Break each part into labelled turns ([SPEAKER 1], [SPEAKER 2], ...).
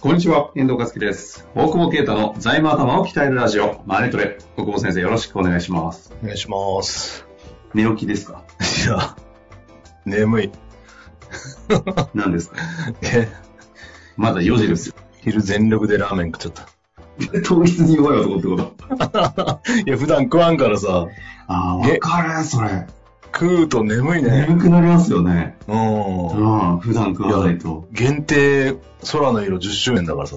[SPEAKER 1] こんにちは、遠藤和樹です。大久保啓太の財務頭を鍛えるラジオ、マネトレ。大久保先生、よろしくお願いします。
[SPEAKER 2] お願いします。
[SPEAKER 1] 寝起きですか
[SPEAKER 2] いや、眠い。
[SPEAKER 1] 何ですか
[SPEAKER 2] え、
[SPEAKER 1] まだ4時ですよ。
[SPEAKER 2] 昼全力でラーメン食っちゃっ
[SPEAKER 1] 当日に弱い男ってこと。
[SPEAKER 2] た。いや、普段食わんからさ、
[SPEAKER 1] あー、わかる、それ。
[SPEAKER 2] 食うと眠いね。
[SPEAKER 1] 眠くなりますよね。
[SPEAKER 2] う。
[SPEAKER 1] うんん、普段食わないと。
[SPEAKER 2] 限定、空の色10周年だからさ。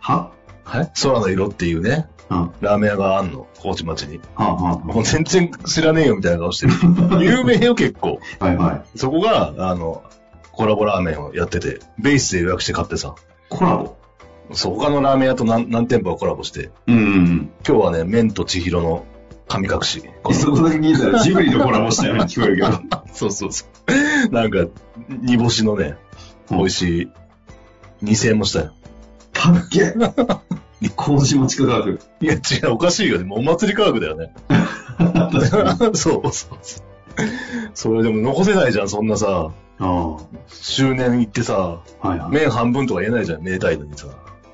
[SPEAKER 1] は
[SPEAKER 2] はい空の色っていうね、
[SPEAKER 1] うん、は
[SPEAKER 2] ラーメン屋があんの、高知町に。
[SPEAKER 1] あ、は
[SPEAKER 2] もう全然知らねえよみたいな顔してる。 有名よ、結構。
[SPEAKER 1] あ、はいはい。
[SPEAKER 2] そこが、あの、コラボラーメンをやってて、ベースで予約して買ってさ、
[SPEAKER 1] コラボ。
[SPEAKER 2] そう、他のラーメン屋と何何店舗かコラボして、
[SPEAKER 1] うんうん
[SPEAKER 2] 今日はね、麺と千尋の神隠し。
[SPEAKER 1] うん。そこだけ聞いたらジブリとコラボしたように聞こえるけど。
[SPEAKER 2] そうそうそう。なんか、煮干しのね、美味しい、2000円もしたよ。
[SPEAKER 1] かっけえ。麹町価格。
[SPEAKER 2] いや、違う、おかしいよね。もうお祭り価格だ よね。そうそうそう。それでも残せないじゃん、そんなさ、
[SPEAKER 1] ああ、
[SPEAKER 2] 周年行ってさ、
[SPEAKER 1] はいはい。
[SPEAKER 2] 麺半分とか言えないじゃん、めでたいのにさ。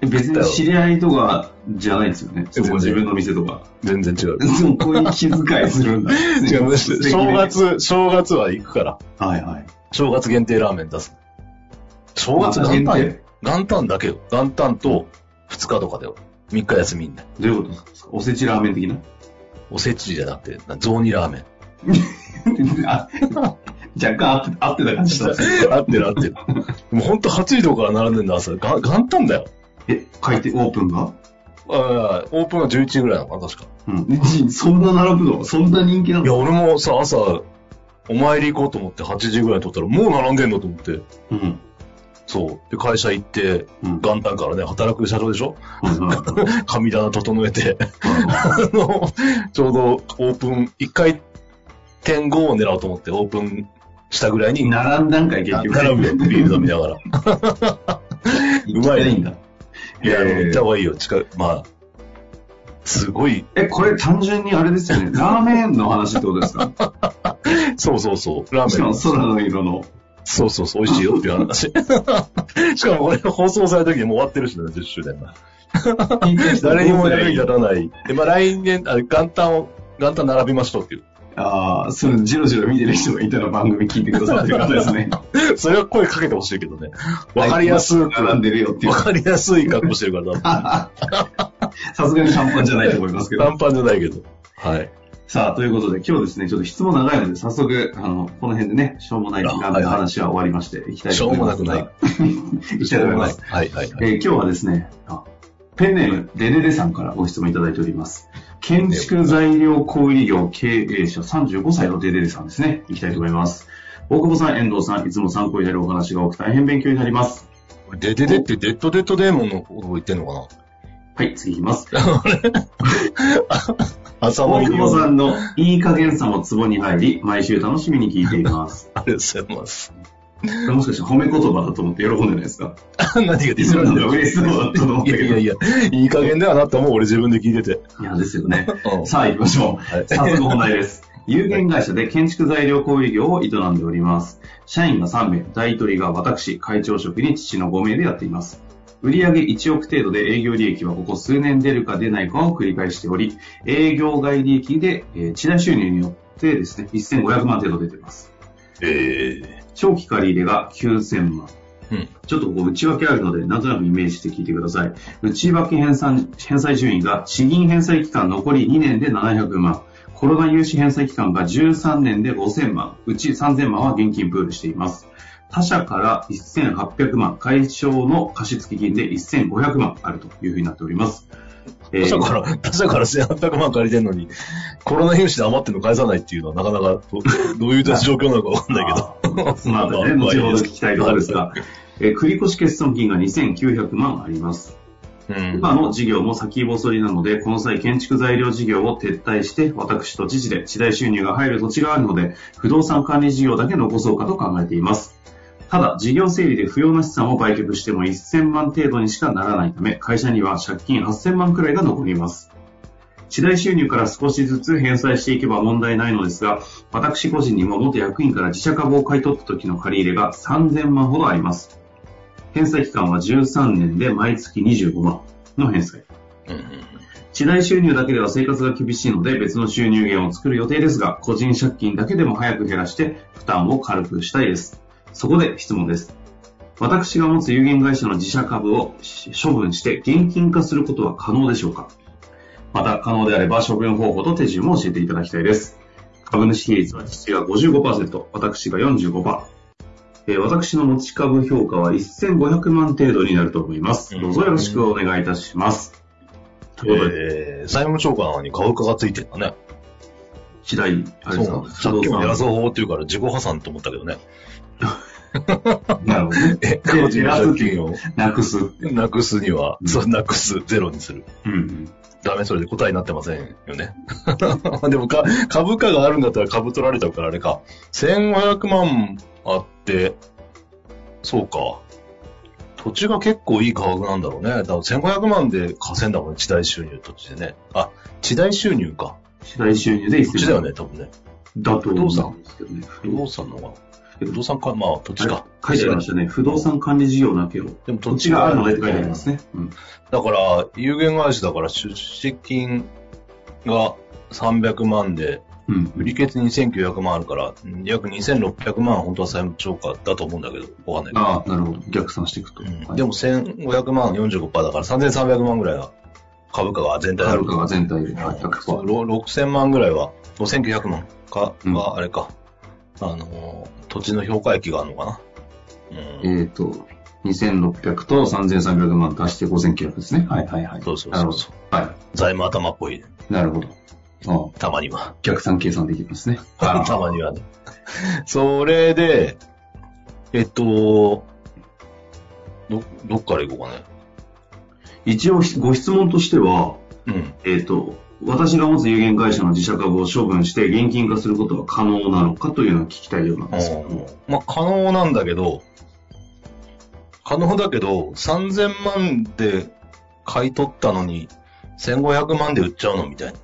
[SPEAKER 1] 別に知り合いとかじゃないですよね。
[SPEAKER 2] そう
[SPEAKER 1] 自分の店とか。
[SPEAKER 2] 全然違う。
[SPEAKER 1] そこに気遣 いするんだ。
[SPEAKER 2] 違う、正
[SPEAKER 1] 素敵ね。
[SPEAKER 2] 月、正月は行くから。
[SPEAKER 1] はいはい。
[SPEAKER 2] 正月限定ラーメン出す。正月
[SPEAKER 1] また
[SPEAKER 2] 元
[SPEAKER 1] 限定
[SPEAKER 2] 旦元旦だけよ。元旦と2日とかだよ。3日休みんだよ。
[SPEAKER 1] どういうことですかおせちラーメン的な
[SPEAKER 2] おせちじゃなくて、雑煮ラーメン。
[SPEAKER 1] あ若干合って合ってた感じしたんですけど。
[SPEAKER 2] 合ってる合ってる。 もうほんと8時とかから並んでんだ、朝。が元旦だよ。
[SPEAKER 1] え、開店オープンが
[SPEAKER 2] ああオープンが11時ぐらいなのかな、確か。
[SPEAKER 1] うん。そんな並ぶのそんな人気ない
[SPEAKER 2] や、
[SPEAKER 1] の
[SPEAKER 2] 俺もさ、朝、お参り行こうと思って8時ぐらいに撮ったら、もう並んでんだと思って。
[SPEAKER 1] うん。
[SPEAKER 2] そう。で、会社行って、
[SPEAKER 1] うん。
[SPEAKER 2] 元旦からね、働く社長で しょ
[SPEAKER 1] はいはい
[SPEAKER 2] 神棚整えて、 あの、ちょうどオープン、1回点5を狙おうと思って、オープンしたぐらいに、
[SPEAKER 1] 並んだんかい、結局。
[SPEAKER 2] 並ぶよ、ビール飲みながら。
[SPEAKER 1] 行きたいんだ。
[SPEAKER 2] いや、
[SPEAKER 1] えー
[SPEAKER 2] 行った方がいいよ、近い。まあ、すごい、
[SPEAKER 1] え、これ単純にあれですよね。ラーメンの話ってことです か
[SPEAKER 2] そうそうそう、ラ
[SPEAKER 1] し
[SPEAKER 2] ーメ
[SPEAKER 1] か
[SPEAKER 2] ン
[SPEAKER 1] も。空の色 の。
[SPEAKER 2] そうそうそう、 美味しいよっていう話。しかもこれ放送された時にもう終わってるしね、10周年が。誰にも
[SPEAKER 1] や
[SPEAKER 2] 役
[SPEAKER 1] い
[SPEAKER 2] に立たない。で、まあ来年、あ元旦を、元旦並びましょうっていう。
[SPEAKER 1] ああ、それ、じろじろ見てる人がいたら番組聞いてくださってる方ですね。
[SPEAKER 2] それは声かけてほしいけどね。わかりやすく、
[SPEAKER 1] 並ん
[SPEAKER 2] わ
[SPEAKER 1] でるよっていう。
[SPEAKER 2] かりやすい格好してるから、多
[SPEAKER 1] さすがに短パンじゃないと思います け
[SPEAKER 2] 分
[SPEAKER 1] ど。
[SPEAKER 2] 短パンじゃないけど。はい。
[SPEAKER 1] さあ、ということで今日ですね、ちょっと質問長いので、早速、あの、この辺でね、しょうもない
[SPEAKER 2] あ
[SPEAKER 1] ラーメンの話は終わりまして、いきたいと思います。
[SPEAKER 2] しょうもな く
[SPEAKER 1] ない。いきたいと思います。
[SPEAKER 2] はい、はい、はい。
[SPEAKER 1] えー今日はですね、あペンネーム、レレレさんからご質問いただいております。建築材料小売業経営者35歳のレレレさんですね。いきたいと思います。大久保さん、遠藤さん、いつも参考になるお話が多く大変勉強になります。
[SPEAKER 2] でででって、デッドデッドデーモンのことを言ってんのか
[SPEAKER 1] はい、次いき ます。
[SPEAKER 2] な朝
[SPEAKER 1] 大
[SPEAKER 2] 森
[SPEAKER 1] 久保さんのいい加減さもツボに入り、毎週楽しみに聞いています。
[SPEAKER 2] ありがとうございます。
[SPEAKER 1] これもしかして褒め言葉だと思って喜んでないですか
[SPEAKER 2] 何がディス
[SPEAKER 1] そ
[SPEAKER 2] ら
[SPEAKER 1] う
[SPEAKER 2] れ
[SPEAKER 1] なん
[SPEAKER 2] てる
[SPEAKER 1] だ、嬉しそうだったと思っ
[SPEAKER 2] い
[SPEAKER 1] た
[SPEAKER 2] や
[SPEAKER 1] け
[SPEAKER 2] い
[SPEAKER 1] ど。
[SPEAKER 2] やいや、いい加減だよなって思う、俺自分で聞いてて。
[SPEAKER 1] いやですよね。
[SPEAKER 2] うん
[SPEAKER 1] さあ行きましょう。
[SPEAKER 2] はい
[SPEAKER 1] 早速本題です。有限会社で建築材料小売業を営んでおります。社員が3名、大取りが私、会長職に父の5名でやっています。売上1億程度で営業利益はここ数年出るか出ないかを繰り返しており、営業外利益で、えー、地代収入によってですね、1500万程度出ています。
[SPEAKER 2] ええ
[SPEAKER 1] 長期借り入れが9000万。
[SPEAKER 2] うん
[SPEAKER 1] ちょっとここ内訳あるので、なんとなくイメージして聞いてください。内訳返済返済順位が、資金返済期間残り2年で700万、コロナ融資返済期間が13年で5000万、うち3000万は現金プールしています。他社から1800万、解消の貸付金で1500万あるというふうになっております。え
[SPEAKER 2] 他社か
[SPEAKER 1] ー、
[SPEAKER 2] ら、他社から1800万借りてんのに、コロナ融資で余ってんの返さないっていうのはなかなかど、どういう状況なのかわかんないけど。
[SPEAKER 1] あーそのあたりね、
[SPEAKER 2] まあ
[SPEAKER 1] 後ほど聞きたいところですが、えー繰越欠損金が2900万あります。
[SPEAKER 2] うん。
[SPEAKER 1] 今の事業も先細りなので、この際建築材料事業を撤退して、私と知事で地代収入が入る土地があるので、不動産管理事業だけ残そうかと考えています。ただ、事業整理で不要な資産を売却しても1000万程度にしかならないため、会社には借金8000万くらいが残ります。地代収入から少しずつ返済していけば問題ないのですが、私個人にも元役員から自社株を買い取った時の借り入れが3000万ほどあります。返済期間は13年で毎月25万の返済。
[SPEAKER 2] うん
[SPEAKER 1] 地代収入だけでは生活が厳しいので別の収入源を作る予定ですが、個人借金だけでも早く減らして負担を軽くしたいです。そこで質問です。私が持つ有限会社の自社株を処分して現金化することは可能でしょうかまた可能であれば処分方法と手順も教えていただきたいです。株主比率は父が55%、私が45%。えー私の持ち株評価は1500万程度になると思います。どうぞよろしくお願いいたします。ということで、
[SPEAKER 2] えー、財務長官に株価がついてるんだね。
[SPEAKER 1] 次第、あれですか、
[SPEAKER 2] さっきも偉 そう法っていうから自己破産と思ったけどね。
[SPEAKER 1] なるほどね。
[SPEAKER 2] え、
[SPEAKER 1] 個人の借金
[SPEAKER 2] を
[SPEAKER 1] なくす。う
[SPEAKER 2] なくすには、
[SPEAKER 1] うん
[SPEAKER 2] そう、なくす、ゼロにする。
[SPEAKER 1] ん。
[SPEAKER 2] ダメ、それで答えになってませんよね。 でもか、株価があるんだったら株取られちゃうからあれか。1500万あって、そうか。土地が結構いい価格なんだろうね。だから1500万で稼いだもんね、地代収入土地でね。あ、地代収入か。
[SPEAKER 1] 次第収入で
[SPEAKER 2] 土地
[SPEAKER 1] 1000
[SPEAKER 2] だよ
[SPEAKER 1] 万。
[SPEAKER 2] ね、多分ね。
[SPEAKER 1] だと思
[SPEAKER 2] 不動産
[SPEAKER 1] うんですけどね。
[SPEAKER 2] 不動産の方が。不動産か、まあ土地か。
[SPEAKER 1] 書いてありましたね。不動産管理事業だけを。
[SPEAKER 2] でも
[SPEAKER 1] 土地があるのでって書いてありますね。うん。
[SPEAKER 2] だから、有限会社だから出資金が300万で、
[SPEAKER 1] うん。
[SPEAKER 2] 売り決2900万あるから、うん約2600万は本当は債務超過だと思うんだけど、わかんない
[SPEAKER 1] ああ、なるほど。逆算していくと。
[SPEAKER 2] けど。うん
[SPEAKER 1] はい
[SPEAKER 2] でも1500万45%だから3300万ぐらいは株価が全体あ
[SPEAKER 1] 株
[SPEAKER 2] る。
[SPEAKER 1] 価が全体で
[SPEAKER 2] うんそう
[SPEAKER 1] 100%。
[SPEAKER 2] ろ6000万ぐらいは、5900万か、
[SPEAKER 1] うん
[SPEAKER 2] があれか、あのー、土地の評価益があるのかな。うん
[SPEAKER 1] えっ、と、2600と3300万足して5900ですね。はいはいはい。
[SPEAKER 2] そうそう
[SPEAKER 1] なる
[SPEAKER 2] そ
[SPEAKER 1] ほ
[SPEAKER 2] う
[SPEAKER 1] ど
[SPEAKER 2] そう。。
[SPEAKER 1] は
[SPEAKER 2] 財務頭っぽい、
[SPEAKER 1] い。なるほど。ああ、
[SPEAKER 2] たまには。
[SPEAKER 1] 逆算計算できますね。
[SPEAKER 2] たまにはね。それで、えっと、ど、どっから行こ
[SPEAKER 1] 一応、ご質問としては、
[SPEAKER 2] うかね。
[SPEAKER 1] えっ、と、私が持つ有限会社の自社株を処分して現金化することは可能なのかというのを聞きたいようなん
[SPEAKER 2] う
[SPEAKER 1] ですけども。
[SPEAKER 2] ん。まあ、可能なんだけど、可能だけど、3000万で買い取ったのに、1500万で売っちゃうのみたいな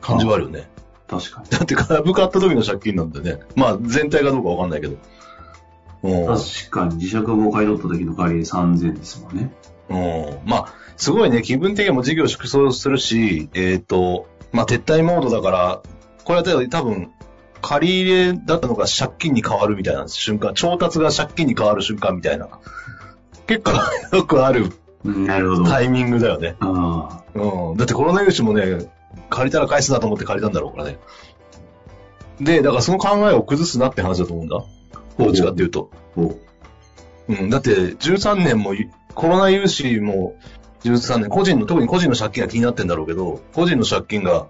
[SPEAKER 2] 感じはあるよね。
[SPEAKER 1] 確かに。
[SPEAKER 2] だって株買った時の借金なんでね。まあ、全体かどうかわかんないけど。うん
[SPEAKER 1] 確かに自社株を買い取った時の借り3000ですもんね。
[SPEAKER 2] うん。まあ、すごいね、気分的にも事業縮小するし、えっ、と、まあ、撤退モードだから、これは多分、借り入れだったのが借金に変わるみたいな瞬間、調達が借金に変わる瞬間みたいな、結構よくある
[SPEAKER 1] うんなるほど。
[SPEAKER 2] タイミングだよね。
[SPEAKER 1] あ
[SPEAKER 2] うん。だってコロナ融資もね、借りたら返すなと思って借りたんだろうからね。で、だからその考えを崩すなって話だと思うんだ。
[SPEAKER 1] ほう
[SPEAKER 2] どっちかっていうと。
[SPEAKER 1] あ、ほ
[SPEAKER 2] うん、だって13年もいコロナ融資も13年、個人の、特に個人の借金が気になってんだろうけど、個人の借金が、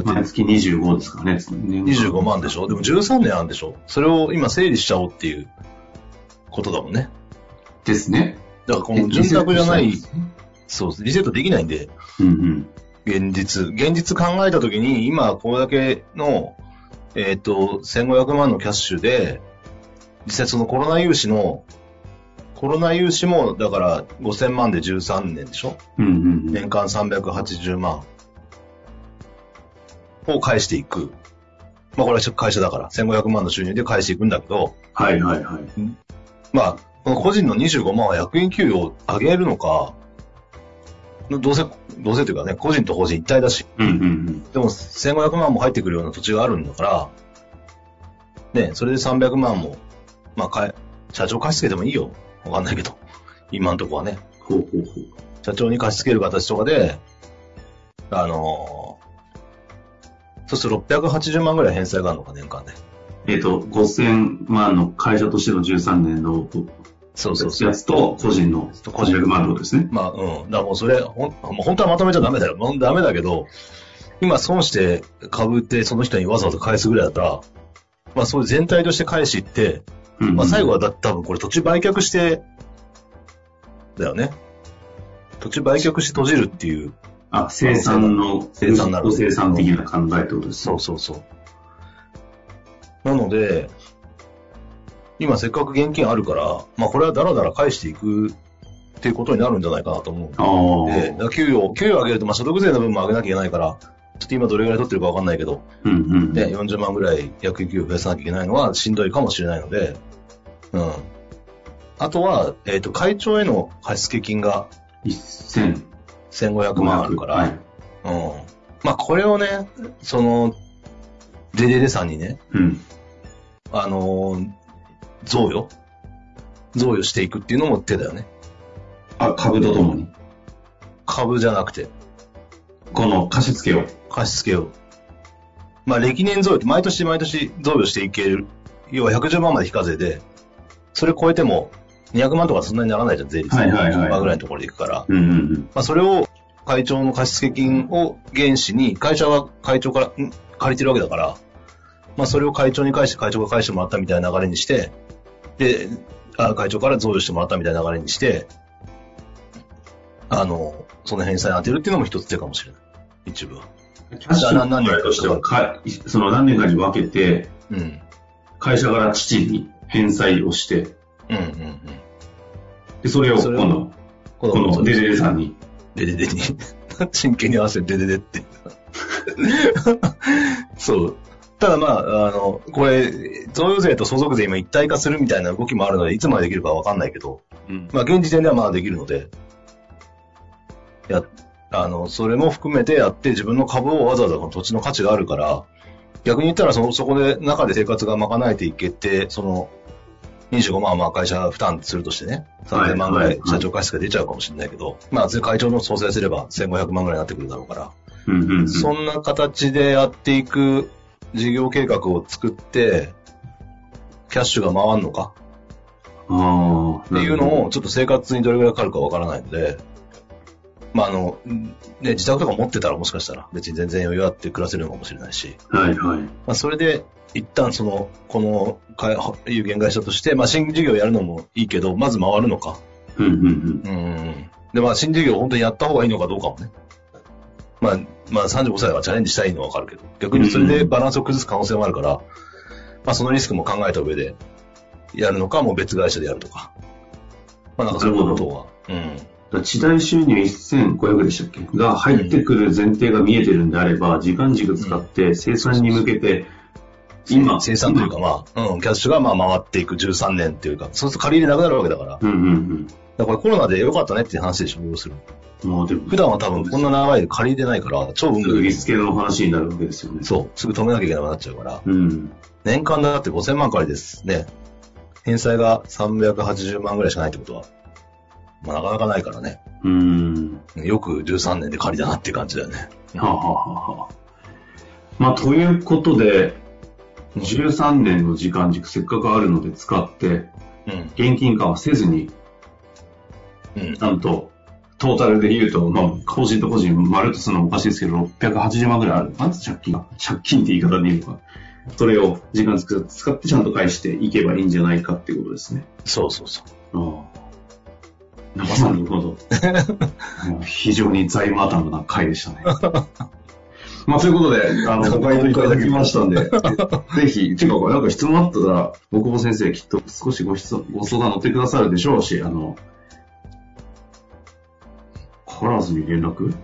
[SPEAKER 1] う。
[SPEAKER 2] って
[SPEAKER 1] 毎月25ですからね。
[SPEAKER 2] 25万でしょでも13年あるんでしょそれを今整理しちゃおうっていうことだもんね。
[SPEAKER 1] ですね。
[SPEAKER 2] だからこの潤沢じゃない
[SPEAKER 1] リセットし、たんですね
[SPEAKER 2] そう、リセットできないんで、
[SPEAKER 1] うん
[SPEAKER 2] 現実。現実考えたときに、今これだけの、えっ、と、1500万のキャッシュで、実際そのコロナ融資の、コロナ融資も、だから5000万で13年でしょ
[SPEAKER 1] うん。うんうんうん。
[SPEAKER 2] 年間380万を返していく。まあこれは会社だから、1500万の収入で返していくんだけど、
[SPEAKER 1] はいはいはい。
[SPEAKER 2] まあ、この個人の25万は役員給与を上げるのか、どうせ、どうせというかね、個人と法人一体だし、
[SPEAKER 1] うんうんうん。
[SPEAKER 2] でも1500万も入ってくるような土地があるんだから、ね、それで300万も、まあ、かえ社長貸し付けてもいいよ。わかんないけど、今んとこはね。
[SPEAKER 1] ほうほうほう。
[SPEAKER 2] 社長に貸し付ける形とかで、あのーそうすると680万ぐらい返済があるのか、年間で。
[SPEAKER 1] えっ、と、5000万の会社としての13年の
[SPEAKER 2] そうそうそう。
[SPEAKER 1] やつと個人の
[SPEAKER 2] 個人
[SPEAKER 1] 300万ってことですね。
[SPEAKER 2] まあ、うん。だからもうそれ、ほん、もう本当はまとめちゃダメだよ。もうダメだけど、今損して株ってその人にわざわざ返すぐらいだったら、まあそういう全体として返しって、
[SPEAKER 1] うん
[SPEAKER 2] まあ最後はだ多分これ土地売却して、だよね。土地売却して閉じるっていう。
[SPEAKER 1] あ、生産の、
[SPEAKER 2] 生産なる
[SPEAKER 1] お生産的な考えってことです。
[SPEAKER 2] そうそうそう。なので、今せっかく現金あるから、まあこれはだらだら返していくっていうことになるんじゃないかなと思う。
[SPEAKER 1] あ
[SPEAKER 2] で、だ
[SPEAKER 1] あ。
[SPEAKER 2] から給与、給与上げると、まあ、所得税の分も上げなきゃいけないから、ちょっと今どれぐらい取ってるかわかんないけど、
[SPEAKER 1] うんうん。
[SPEAKER 2] ね、40万ぐらい役給与増やさなきゃいけないのはしんどいかもしれないので、うん。あとは、えっ、と、会長への貸付金が
[SPEAKER 1] 1500
[SPEAKER 2] 1500万あるから、
[SPEAKER 1] はい。
[SPEAKER 2] うん。まあ、これをね、その、デデデさんにね、
[SPEAKER 1] うん。
[SPEAKER 2] あのー贈与贈与していくっていうのも手だよね。
[SPEAKER 1] あ、株とともに。
[SPEAKER 2] 株じゃなくて。
[SPEAKER 1] この貸し付けを。
[SPEAKER 2] 貸し付けを。まあ、歴年贈与って毎年毎年贈与していける。要は110万まで非課税で、それ超えても200万とかそんなにならないじゃん、税率。
[SPEAKER 1] はいはいはい
[SPEAKER 2] 10%ぐらいのところでいくから。
[SPEAKER 1] うんうんうん。
[SPEAKER 2] まあ、それを会長の貸付金を原資に、会社は会長からん借りてるわけだから、まあ、それを会長に返して会長が返してもらったみたいな流れにして、で、あ会長から贈与してもらったみたいな流れにして、あの、その返済に当てるっていうのも一つ手かもしれない。一部は。
[SPEAKER 1] キャッシュの考えとしては、かその何年かに分けて、
[SPEAKER 2] うん。
[SPEAKER 1] 会社から父に返済をして、
[SPEAKER 2] うんうんうん。
[SPEAKER 1] で、それを
[SPEAKER 2] それを
[SPEAKER 1] 今度、
[SPEAKER 2] こ
[SPEAKER 1] このデデデさんに。
[SPEAKER 2] デデデに。 真剣に合わせてデデデって。 そう。ただまあ、あの、これ、贈与税と相続税今一体化するみたいな動きもあるので、いつまでできるかわかんないけど、
[SPEAKER 1] うん
[SPEAKER 2] まあ現時点ではまだできるので、や、あの、それも含めてやって自分の株をわざわざこの土地の価値があるから、逆に言ったらその、そこで中で生活が賄えていけて、その、25万はまあ会社負担するとしてね、
[SPEAKER 1] はい
[SPEAKER 2] 3000万ぐら
[SPEAKER 1] はいい
[SPEAKER 2] 社長貸しが出ちゃうかもしれないけど、まあ、会長の総裁すれば1500万ぐらいになってくるだろうから、
[SPEAKER 1] うんうんうん。
[SPEAKER 2] そんな形でやっていく事業計画を作って、キャッシュが回るのか
[SPEAKER 1] ああ。っ
[SPEAKER 2] っていうのを、ちょっと生活にどれぐらいかかるかわからないので、まあ、あの、ね、自宅とか持ってたらもしかしたら別に全然余裕あって暮らせるのかもしれないし、
[SPEAKER 1] はいはい。
[SPEAKER 2] まあ、それで、一旦その、この会、有限会社として、まあ、新事業やるのもいいけど、まず回るのか。
[SPEAKER 1] うんうんうん。
[SPEAKER 2] うん。で、まあ、新事業を本当にやった方がいいのかどうかもね。まあ、まあ、35歳はチャレンジしたいのはわかるけど、逆にそれでバランスを崩す可能性もあるから、まあ、そのリスクも考えた上で、やるのか、もう別会社でやるとか。まあ、なんかそういうことは。うん。
[SPEAKER 1] だから地代収入1500でしたっけが入ってくる前提が見えてるんであれば、時間軸使って生産に向けて、今、
[SPEAKER 2] 生産というか、まあ、うん、キャッシュがまあ回っていく13年というか、そうすると借り入れなくなるわけだから、だか
[SPEAKER 1] うんうん
[SPEAKER 2] らこれコロナで良かったねっていう話でしょ、要するに。
[SPEAKER 1] うん。もうでも、
[SPEAKER 2] 普段は多分こんな長いで借りれないから、超運が
[SPEAKER 1] 売
[SPEAKER 2] いい
[SPEAKER 1] り。付けの話になるわけですよね。
[SPEAKER 2] そう、すぐ止めなきゃいけなくなっちゃうから、
[SPEAKER 1] うん。
[SPEAKER 2] 年間だって5000万借りですね。返済が380万ぐらいしかないってことは、まあなかなかないからね。
[SPEAKER 1] うん。
[SPEAKER 2] よく13年で借りだなっていう感じだよね。
[SPEAKER 1] はあ、はあはあはあ、まあ、ということで、13年の時間軸せっかくあるので使って、
[SPEAKER 2] うん。
[SPEAKER 1] 現金化はせずに、
[SPEAKER 2] うん。
[SPEAKER 1] なんと、トータルで言うと、まあ、個人と個人、丸とするのもおかしいですけど、680万ぐらいある。なんつ借金が借金って言い方でいいのか。それを時間使ってちゃんと返していけばいいんじゃないかっていうことですね。
[SPEAKER 2] そうそうそう。
[SPEAKER 1] ああ。なるほど。うん非常に財務頭な回でした ね。まあ、ということで、あの、ご回答いただきましたんで、 ぜひ、ていうか、なんか質問あったら、大久保先生、きっと少しご質問ご相談乗ってくださるでしょうし、あの、コラーズに連絡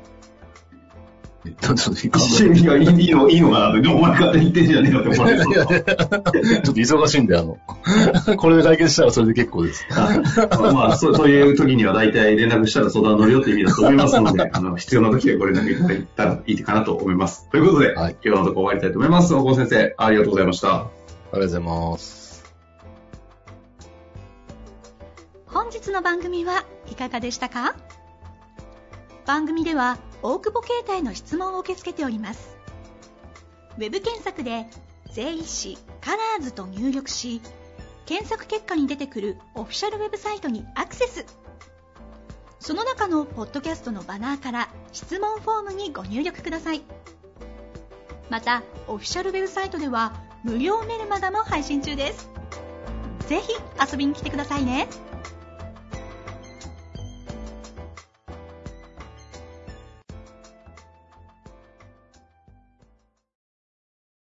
[SPEAKER 2] ちょっといいか
[SPEAKER 1] いや、いいの、いいのかなって、お前勝手に言ってんじゃねえよって思われそうだ
[SPEAKER 2] ちょっと忙しいんで、あの、これで解決したらそれで結構です。
[SPEAKER 1] まあ、まあそうそういう時には大体連絡したら相談乗るよって意味だと思いますの で、あの、必要な時はご連絡いただいたらいいかなと思います。ということで、
[SPEAKER 2] はい
[SPEAKER 1] 今日のとこ終わりたいと思います。大久保先生、ありがとうございました。
[SPEAKER 2] ありがとうございます。
[SPEAKER 3] 本日の番組はいかがでしたか番組では大久保携帯の質問を受け付けておりますウェブ検索で「税理士カラーズと入力し検索結果に出てくるオフィシャルウェブサイトにアクセスその中のポッドキャストのバナーから質問フォームにご入力くださいまたオフィシャルウェブサイトでは無料メルマガも配信中ですぜひ遊びに来てくださいね。